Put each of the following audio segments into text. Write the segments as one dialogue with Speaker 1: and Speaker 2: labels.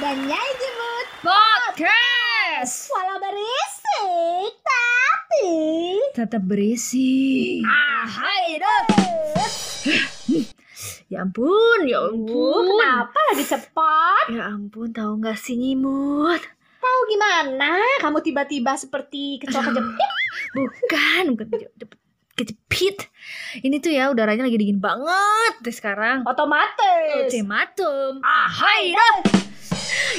Speaker 1: dan Nyai Jemut
Speaker 2: Podcast
Speaker 1: Walau berisik, tapi
Speaker 2: Tetap berisi
Speaker 1: Ahai deh
Speaker 2: Ya ampun, ya
Speaker 1: Eh, Uh,
Speaker 2: ampun
Speaker 1: kenapa lagi cepat?
Speaker 2: Ya ampun, tahu nggak sih nyimut?
Speaker 1: Tahu gimana? Kamu tiba-tiba seperti kecoa kejepit
Speaker 2: Bukan, bukan keje- jep- kejepit Ini tuh ya udaranya lagi dingin banget deh sekarang
Speaker 1: otomatis.
Speaker 2: Ultimatum
Speaker 1: Ahai deh.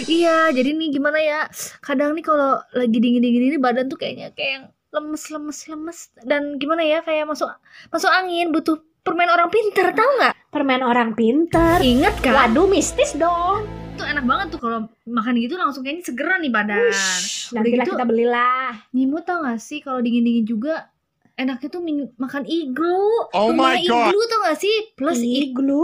Speaker 2: Iya, jadi nih gimana ya Kadang nih kalau lagi dingin-dingin ini badan tuh kayaknya kayak yang lemes lemes lemes dan gimana ya kayak masuk masuk angin butuh permen orang pinter tahu nggak
Speaker 1: Permen orang pinter.
Speaker 2: inget kan
Speaker 1: Waduh mistis dong.
Speaker 2: tuh enak banget tuh kalau makan gitu langsung kayaknya segera nih badan.
Speaker 1: Wush, Nantilah
Speaker 2: gitu-
Speaker 1: kita belilah.
Speaker 2: Nyimut tau gak sih kalau dingin-dingin juga enaknya tuh min- makan iglu.
Speaker 3: Oh
Speaker 2: rumah
Speaker 3: my God.
Speaker 2: iglu tau gak sih? Plus i- Hmm.
Speaker 1: iglu.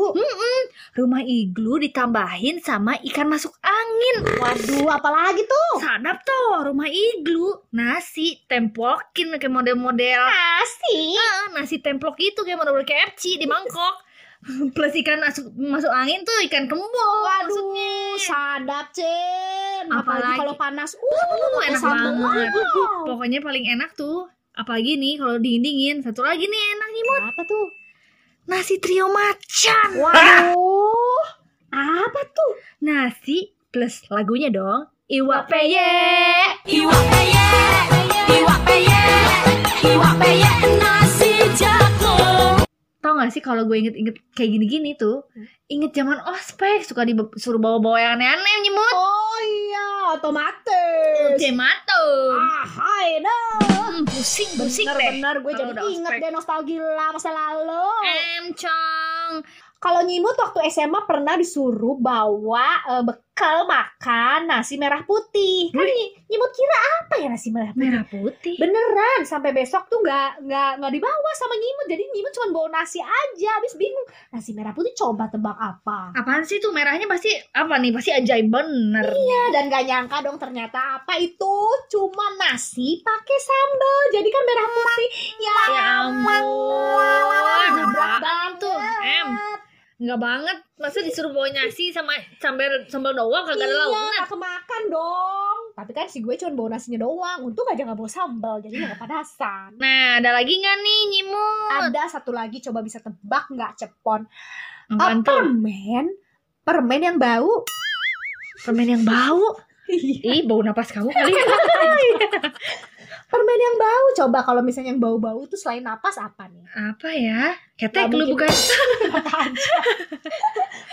Speaker 2: rumah iglu ditambahin sama ikan masuk angin.
Speaker 1: Waduh, apalagi tuh?
Speaker 2: Sadap tuh rumah iglu. Nasi tempokin kayak model-model.
Speaker 1: Asik.
Speaker 2: Ah, nasi templok itu kayak model-model KFC di mangkok. Plus ikan masuk, masuk angin tuh ikan kembung
Speaker 1: Waduh,
Speaker 2: maksudnya.
Speaker 1: sadap, Cen. Apalagi
Speaker 2: Apalagi-
Speaker 1: kalau panas. Uh,
Speaker 2: enak
Speaker 1: sambal.
Speaker 2: banget.
Speaker 1: Wow.
Speaker 2: Pokoknya paling enak tuh apalagi nih kalau dingin-dingin. Satu lagi nih enak nih Mut.
Speaker 1: Apa tuh?
Speaker 2: Nasi trio macan.
Speaker 1: Waduh. Apa tuh?
Speaker 2: Nasi plus lagunya dong. Iwa peye. Tau gak sih kalau gue inget-inget kayak gini-gini tuh Inget zaman ospek Suka disuruh bawa-bawa yang aneh-aneh nyemut
Speaker 1: Oh iya, otomatis.
Speaker 2: Ultimatum
Speaker 1: Ah, hai dah.
Speaker 2: Hmm, Pusing, pusing deh
Speaker 1: Bener-bener gue
Speaker 2: Kalau
Speaker 1: jadi
Speaker 2: udah
Speaker 1: inget
Speaker 2: ospek. Eh.
Speaker 1: deh nostalgia masa lalu.
Speaker 2: Emcong
Speaker 1: Kalau nyimut waktu SMA pernah disuruh bawa eh, bekal makan nasi merah putih. Kan nyi- nyimut kira apa ya nasi merah putih?
Speaker 2: Merah putih
Speaker 1: Beneran sampai besok tuh nggak nggak nggak dibawa sama nyimut. Jadi nyimut cuma bawa nasi aja. Habis bingung nasi merah putih coba tebak apa?
Speaker 2: Apaan sih tuh merahnya pasti apa nih Pasti ajaib bener
Speaker 1: Ya, dan gak nyangka dong ternyata apa itu cuma nasi pakai sambal. Jadi kan merah putih. Ya,
Speaker 2: Ya ampun,
Speaker 1: Berat
Speaker 2: apaan tuh? Em, nggak banget. Masa disuruh bawa nasi sama sambal sambal doang kagak ada
Speaker 1: Iya,
Speaker 2: lauknya.
Speaker 1: gak kemakan dong. Tapi kan si gue cuma bawa nasinya doang. Untung aja gak bawa sambal, jadi gak kepanasan.
Speaker 2: Nah, ada lagi nggak nih nyimut?
Speaker 1: Ada satu lagi, coba bisa tebak nggak cepon. Eh,
Speaker 2: Apaan
Speaker 1: permen, permen yang bau.
Speaker 2: Permen yang bau.
Speaker 1: Iya,
Speaker 2: Ih, bau napas kamu kali.
Speaker 1: permen yang bau. Coba kalau misalnya yang bau-bau itu selain napas apa nih?
Speaker 2: Apa ya? Ketek
Speaker 1: Nggak
Speaker 2: lu
Speaker 1: mungkin.
Speaker 2: bukan?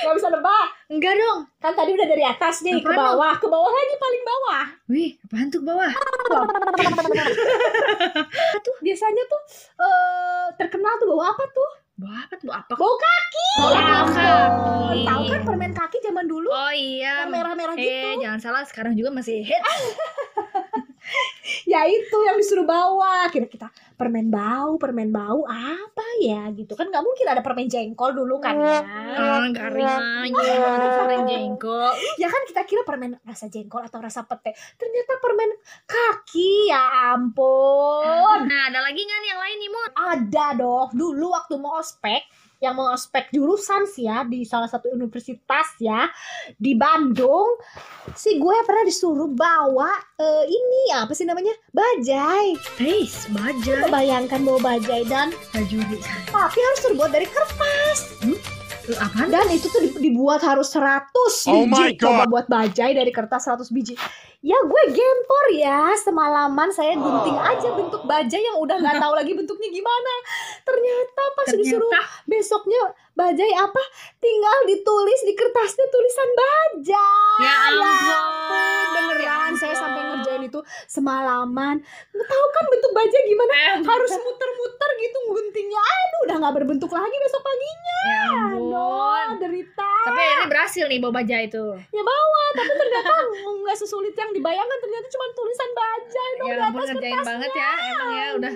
Speaker 1: Gak bisa nebak.
Speaker 2: Enggak dong.
Speaker 1: Kan tadi udah dari atas nih ke
Speaker 2: Apaan dong?
Speaker 1: bawah, ke bawah lagi paling bawah.
Speaker 2: Wih, apaan tuh ke bawah?
Speaker 1: tuh biasanya tuh eh, terkenal tuh bau apa tuh?
Speaker 2: Bau apa tuh? Apa?
Speaker 1: Bau kaki.
Speaker 2: Bau kaki.
Speaker 1: Tahu kan permen kaki zaman dulu?
Speaker 2: Oh iya.
Speaker 1: yang merah-merah
Speaker 2: Eh,
Speaker 1: gitu.
Speaker 2: jangan salah. Sekarang juga masih hit.
Speaker 1: Ya itu yang disuruh bawa. Kira kita permen bau, permen bau apa ya gitu kan nggak mungkin ada permen jengkol dulu kan ya.
Speaker 2: Ah, garing aja. Goreng jengkol.
Speaker 1: Ya kan kita kira permen rasa jengkol atau rasa pete. Ternyata permen kaki. Ya ampun.
Speaker 2: Nah, ada lagi nggak nih yang lain nyimut?
Speaker 1: Ada dong. Dulu waktu mau ospek, yang mau ospek jurusan sih ya di salah satu universitas ya di Bandung, si gue pernah disuruh bawa eh, ini apa sih namanya bajai.
Speaker 2: Eis, baja.
Speaker 1: Bayangkan bawa bajai dan
Speaker 2: Eh, Baju
Speaker 1: tapi harus terbuat dari kertas
Speaker 2: Apaan?
Speaker 1: dan itu tuh di- dibuat harus 100
Speaker 3: Oh my
Speaker 1: biji
Speaker 3: God.
Speaker 1: coba buat bajai dari kertas 100 biji ya gue gempor ya semalaman saya gunting
Speaker 3: Ah.
Speaker 1: aja bentuk bajai yang udah nggak tahu lagi bentuknya gimana ternyata pas disuruh
Speaker 2: Ternyata
Speaker 1: besoknya bajai apa tinggal ditulis di kertasnya tulisan bajai
Speaker 2: Ya ampun,
Speaker 1: beneran
Speaker 2: ya
Speaker 1: saya
Speaker 2: ampun.
Speaker 1: sampai ngerjain itu semalaman tahu kan bentuk bajai gimana
Speaker 2: Eh,
Speaker 1: harus muter-muter gitu guntingnya aduh udah nggak berbentuk lagi besok paginya
Speaker 2: ya ampun.
Speaker 1: aduh derita
Speaker 2: Tapi ini berhasil nih bawa baja itu.
Speaker 1: ya bawa tapi ternyata nggak sesulit yang dibayangkan ternyata cuma tulisan bajai dong
Speaker 2: Ya
Speaker 1: di
Speaker 2: ampun
Speaker 1: atas kan.
Speaker 2: ngerjain banget ya, emang ya udah.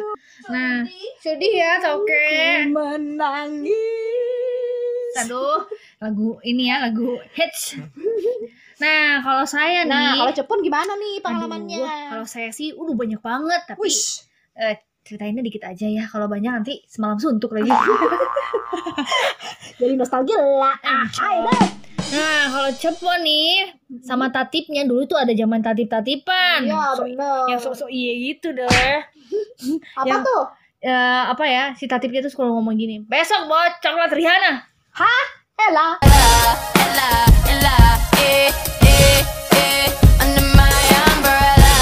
Speaker 2: Nah,
Speaker 1: Sedih.
Speaker 2: sedih ya, oke.
Speaker 1: Ku menangis
Speaker 2: Aduh, lagu ini ya lagu hits. Nah, kalau saya nih,
Speaker 1: Nah, kalau Cepun gimana nih
Speaker 2: aduh,
Speaker 1: pengalamannya?
Speaker 2: Kalau saya sih, udah banyak banget. Tapi
Speaker 1: Wish.
Speaker 2: ceritainnya dikit aja ya. Kalau banyak nanti semalam suntuk lagi.
Speaker 1: Jadi nostalgia lah.
Speaker 2: Ah,
Speaker 1: Ah, hai,
Speaker 2: cowok.
Speaker 1: dah.
Speaker 2: Nah, kalau cepo nih sama tatipnya dulu tuh ada zaman tatip-tatipan.
Speaker 1: Iya
Speaker 2: So-
Speaker 1: bener.
Speaker 2: yang sok-sok iya gitu deh.
Speaker 1: Apa
Speaker 2: yang-
Speaker 1: tuh?
Speaker 2: Eh, apa ya si tatipnya tuh kalau ngomong gini, "Besok buat coklat Rihanna."
Speaker 1: Ella.
Speaker 3: Ella, Ella, eh, eh, eh, under my umbrella.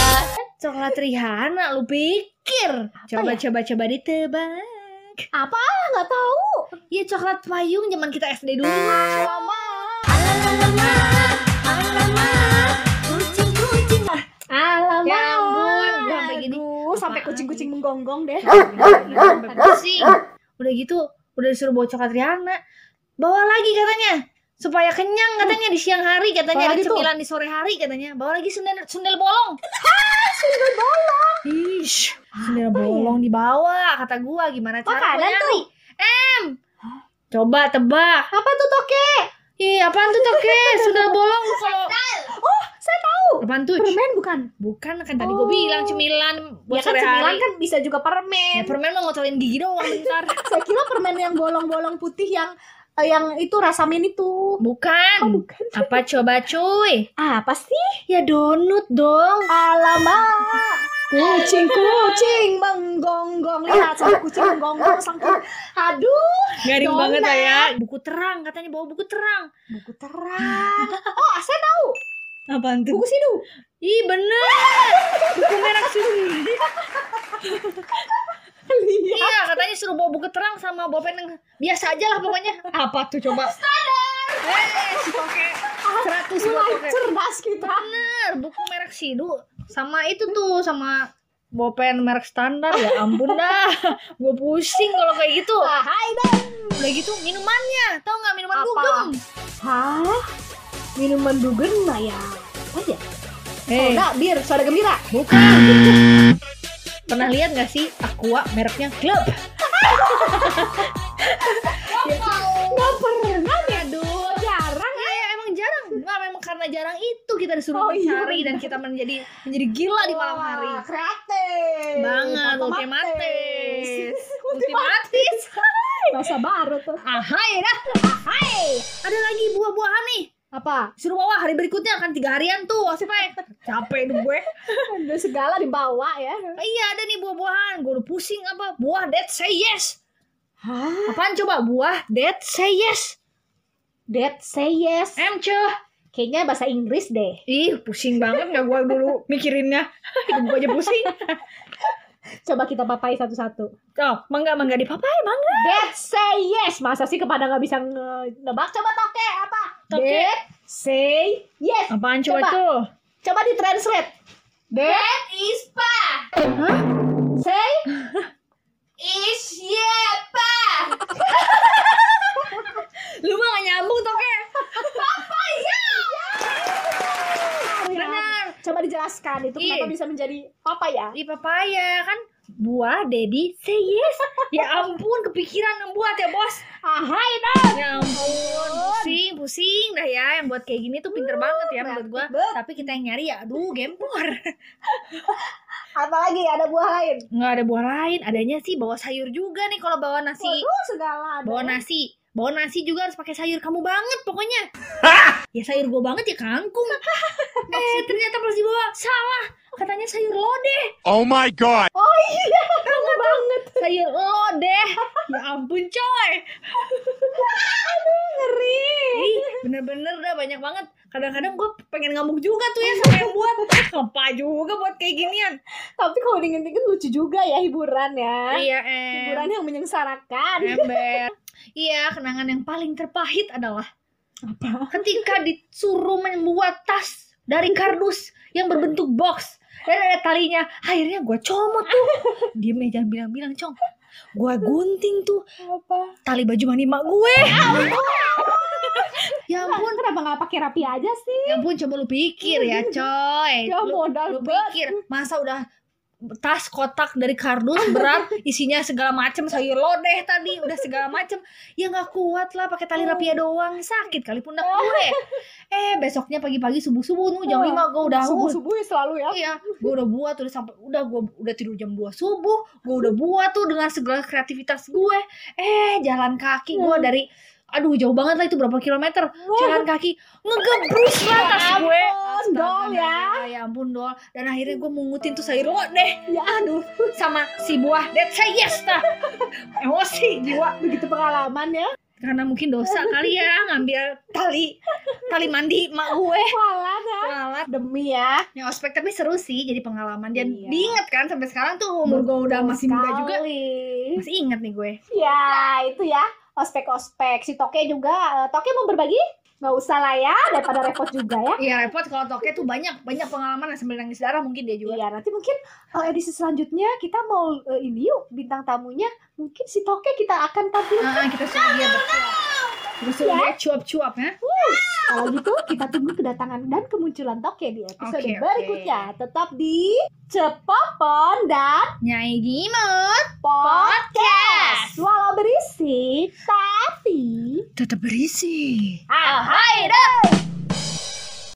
Speaker 2: Coklat Rihanna lu pikir? Coba
Speaker 1: ya?
Speaker 2: coba coba ditebak.
Speaker 1: Apa? Nggak tahu.
Speaker 2: Ya coklat payung zaman kita SD dulu.
Speaker 1: Alamak.
Speaker 2: Ya ampun, udah sampai gini.
Speaker 1: Aduh, sampai
Speaker 2: Apaan
Speaker 1: kucing-kucing menggonggong deh.
Speaker 2: Sampai pusing. Udah gitu, udah disuruh bawa coklat Rihanna. Bawa lagi katanya. Supaya kenyang katanya di siang hari
Speaker 1: Bawa
Speaker 2: katanya
Speaker 1: lagi
Speaker 2: ada
Speaker 1: tuh.
Speaker 2: cemilan di sore hari katanya. Bawa lagi sendal sendal bolong.
Speaker 1: Ah,
Speaker 2: Ish, sendal bolong dibawa kata gua gimana cara gua
Speaker 1: Makanan
Speaker 2: nyari?
Speaker 1: tuh.
Speaker 2: Coba tebak.
Speaker 1: Apa tuh toke?
Speaker 2: Ih, apaan tuh toke? Sendal bolong kalau
Speaker 1: Oh, saya tahu.
Speaker 2: apaan tuh?
Speaker 1: Permen bukan?
Speaker 2: Bukan kan tadi gua
Speaker 1: Oh.
Speaker 2: bilang cemilan buat
Speaker 1: ya kan
Speaker 2: sore
Speaker 1: cemilan
Speaker 2: hari.
Speaker 1: kan bisa juga permen.
Speaker 2: Ya, permen mau ngocolin gigi doang bentar.
Speaker 1: saya kira permen yang bolong-bolong putih yang eh, yang itu rasa min itu.
Speaker 2: Bukan.
Speaker 1: Oh, bukan.
Speaker 2: Apa coba cuy?
Speaker 1: Apa sih?
Speaker 2: Ya donut dong.
Speaker 1: Alamak. Kucing-kucing menggonggong. Lihat, sampai kucing menggonggong saking. Aduh,
Speaker 2: Garing
Speaker 1: Donat.
Speaker 2: banget lah ya. Buku terang katanya bawa buku terang.
Speaker 1: buku terang. Oh, saya tahu.
Speaker 2: Apaan
Speaker 1: Buku sidu.
Speaker 2: Ih bener. buku merah suri.
Speaker 1: Lihat.
Speaker 2: Iya katanya suruh bawa buku terang sama bolpen yang biasa aja lah pokoknya. Apa tuh coba? Eh si toke. Seratus buat
Speaker 1: Mulai
Speaker 2: toke.
Speaker 1: cerdas kita.
Speaker 2: Bener buku merek sidu sama itu tuh sama bolpen merek standar ya ampun dah. Gue pusing kalau kayak gitu.
Speaker 1: Nah, hai deh.
Speaker 2: Udah gitu minumannya, tau nggak minuman
Speaker 1: Apa?
Speaker 2: dugem?
Speaker 1: Hah? Minuman dugen nah ya. Oh ya.
Speaker 2: Eh,
Speaker 1: Soda bir, soda gembira.
Speaker 2: bukan. Pernah lihat nggak sih Aqua mereknya Club?
Speaker 1: Nggak pernah ya.
Speaker 2: Aduh,
Speaker 1: Jarang.
Speaker 2: eh, emang jarang. Nah, memang karena jarang itu kita disuruh
Speaker 1: Oh, iya,
Speaker 2: mencari dan kita menjadi menjadi gila di malam hari.
Speaker 1: Wah, Kreatif.
Speaker 2: Banget, ultimatis. Ultimatis.
Speaker 1: Bahasa baru tuh.
Speaker 2: Ahai dah. Ahai. Ada lagi buah-buahan nih.
Speaker 1: Apa?
Speaker 2: Suruh bawa hari berikutnya kan tiga harian tuh, Asifai. Capek nih gue.
Speaker 1: Ada segala dibawa ya.
Speaker 2: Iya ada nih buah-buahan. Gue udah pusing apa. Buah dead say yes.
Speaker 1: Hah?
Speaker 2: Apaan coba? Buah dead say yes.
Speaker 1: Dead say yes.
Speaker 2: Emce.
Speaker 1: Kayaknya bahasa Inggris deh.
Speaker 2: Ih pusing banget gak gue dulu mikirinnya. gue aja pusing.
Speaker 1: Coba kita papai satu-satu.
Speaker 2: Oh, mangga mangga dipapai mangga.
Speaker 1: Dead say yes. Masa sih kepada nggak bisa nge- nebak? Coba toke apa?
Speaker 2: Toke.
Speaker 1: Dead say yes.
Speaker 2: Apaan coba,
Speaker 1: Coba.
Speaker 2: tuh?
Speaker 1: Coba ditranslate. Dead is pa. Say is yeah pa.
Speaker 2: Lu mah gak nyambung toke. Benar.
Speaker 1: Coba dijelaskan itu
Speaker 2: Ih.
Speaker 1: kenapa bisa menjadi apa ya?
Speaker 2: Di papaya kan buah daddy say yes. ya ampun kepikiran yang buat ya bos.
Speaker 1: Ahai
Speaker 2: Ya ampun, pusing, pusing dah ya yang buat kayak gini tuh pinter banget ya menurut gua.
Speaker 1: kreatif banget.
Speaker 2: Tapi kita yang nyari ya aduh gempor.
Speaker 1: Apalagi ada buah lain.
Speaker 2: nggak ada buah lain adanya sih bawa sayur juga nih kalau bawa nasi
Speaker 1: Waduh, segala ada.
Speaker 2: bawa nasi bawa nasi juga harus pakai sayur kamu banget pokoknya ya sayur gue banget ya kangkung eh ternyata pas dibawa salah katanya sayur lodeh
Speaker 4: Oh my god.
Speaker 1: Oh iya, bener banget.
Speaker 2: sayur lodeh ya ampun coy
Speaker 1: Aduh, ngeri.
Speaker 2: Ih, bener-bener dah banyak banget kadang-kadang gue pengen ngamuk juga tuh ya sama yang buat apa juga buat kayak ginian
Speaker 1: Tapi kalau diinget-inget lucu juga ya hiburan ya.
Speaker 2: iya eh
Speaker 1: Hiburan yang menyengsarakan.
Speaker 2: ember iya kenangan yang paling terpahit adalah
Speaker 1: Apa?
Speaker 2: ketika disuruh membuat tas dari kardus yang berbentuk box dan ada talinya akhirnya gue comot tuh diem ya jangan bilang-bilang cong gue gunting tuh
Speaker 1: Apa?
Speaker 2: tali baju mandi mak gue ya ampun
Speaker 1: Ampun, kenapa nggak pakai rapi aja sih?
Speaker 2: ya ampun coba lu pikir ya coy
Speaker 1: Ya
Speaker 2: lu,
Speaker 1: modal
Speaker 2: lu
Speaker 1: banget.
Speaker 2: pikir masa udah tas kotak dari kardus berat isinya segala macem sayur lodeh tadi udah segala macem ya nggak kuat lah pakai tali rapia
Speaker 1: Oh.
Speaker 2: doang sakit kali pundak gue eh besoknya pagi-pagi subuh subuh tuh jam
Speaker 1: Wah,
Speaker 2: lima gue udah
Speaker 1: subuh subuh ya selalu ya.
Speaker 2: Iya, gue udah buat udah sampai udah gue udah tidur jam 2
Speaker 1: Hmm.
Speaker 2: subuh, gue udah buat tuh dengan segala kreativitas gue. Eh, jalan kaki gue dari aduh jauh banget lah itu berapa kilometer jalan kaki ngegebrus lantas
Speaker 1: Ya
Speaker 2: gue
Speaker 1: ampun, Dol,
Speaker 2: Astaga,
Speaker 1: ya.
Speaker 2: Daniel, ya ampun dol dan akhirnya gue mengutin tuh sayur lo deh
Speaker 1: ya aduh
Speaker 2: sama si buah that's a yes dah emosi jiwa
Speaker 1: begitu pengalaman ya
Speaker 2: karena mungkin dosa kali ya ngambil tali tali mandi emak gue
Speaker 1: Walan ya
Speaker 2: lalat
Speaker 1: demi ya
Speaker 2: ya ospek tapi seru sih jadi pengalaman dan
Speaker 1: Iya.
Speaker 2: diinget kan sampai sekarang tuh umur gue udah masih muda juga
Speaker 1: Sekali.
Speaker 2: masih inget nih gue
Speaker 1: Ya, itu ya. Ospek-ospek. Si Toke juga. eh, Toke mau berbagi? Nggak usah lah ya, daripada repot juga ya.
Speaker 2: Iya repot kalau toke tuh banyak banyak pengalaman sambil nangis darah mungkin dia juga
Speaker 1: Iya, nanti mungkin eh, edisi selanjutnya kita mau eh, ini yuk bintang tamunya mungkin si Toke kita akan tampil.
Speaker 2: Ah, kita suruh dia bercuap kita suruh
Speaker 1: Iya.
Speaker 2: dia cuap-cuap ya
Speaker 1: Kalau gitu kita tunggu kedatangan dan kemunculan Toke di episode
Speaker 2: Oke, oke.
Speaker 1: berikutnya. Tetap di Cepopon dan
Speaker 2: nyai gimut
Speaker 1: Podcast. Walau berisi tapi
Speaker 2: tetap berisi
Speaker 1: alhamdulillah.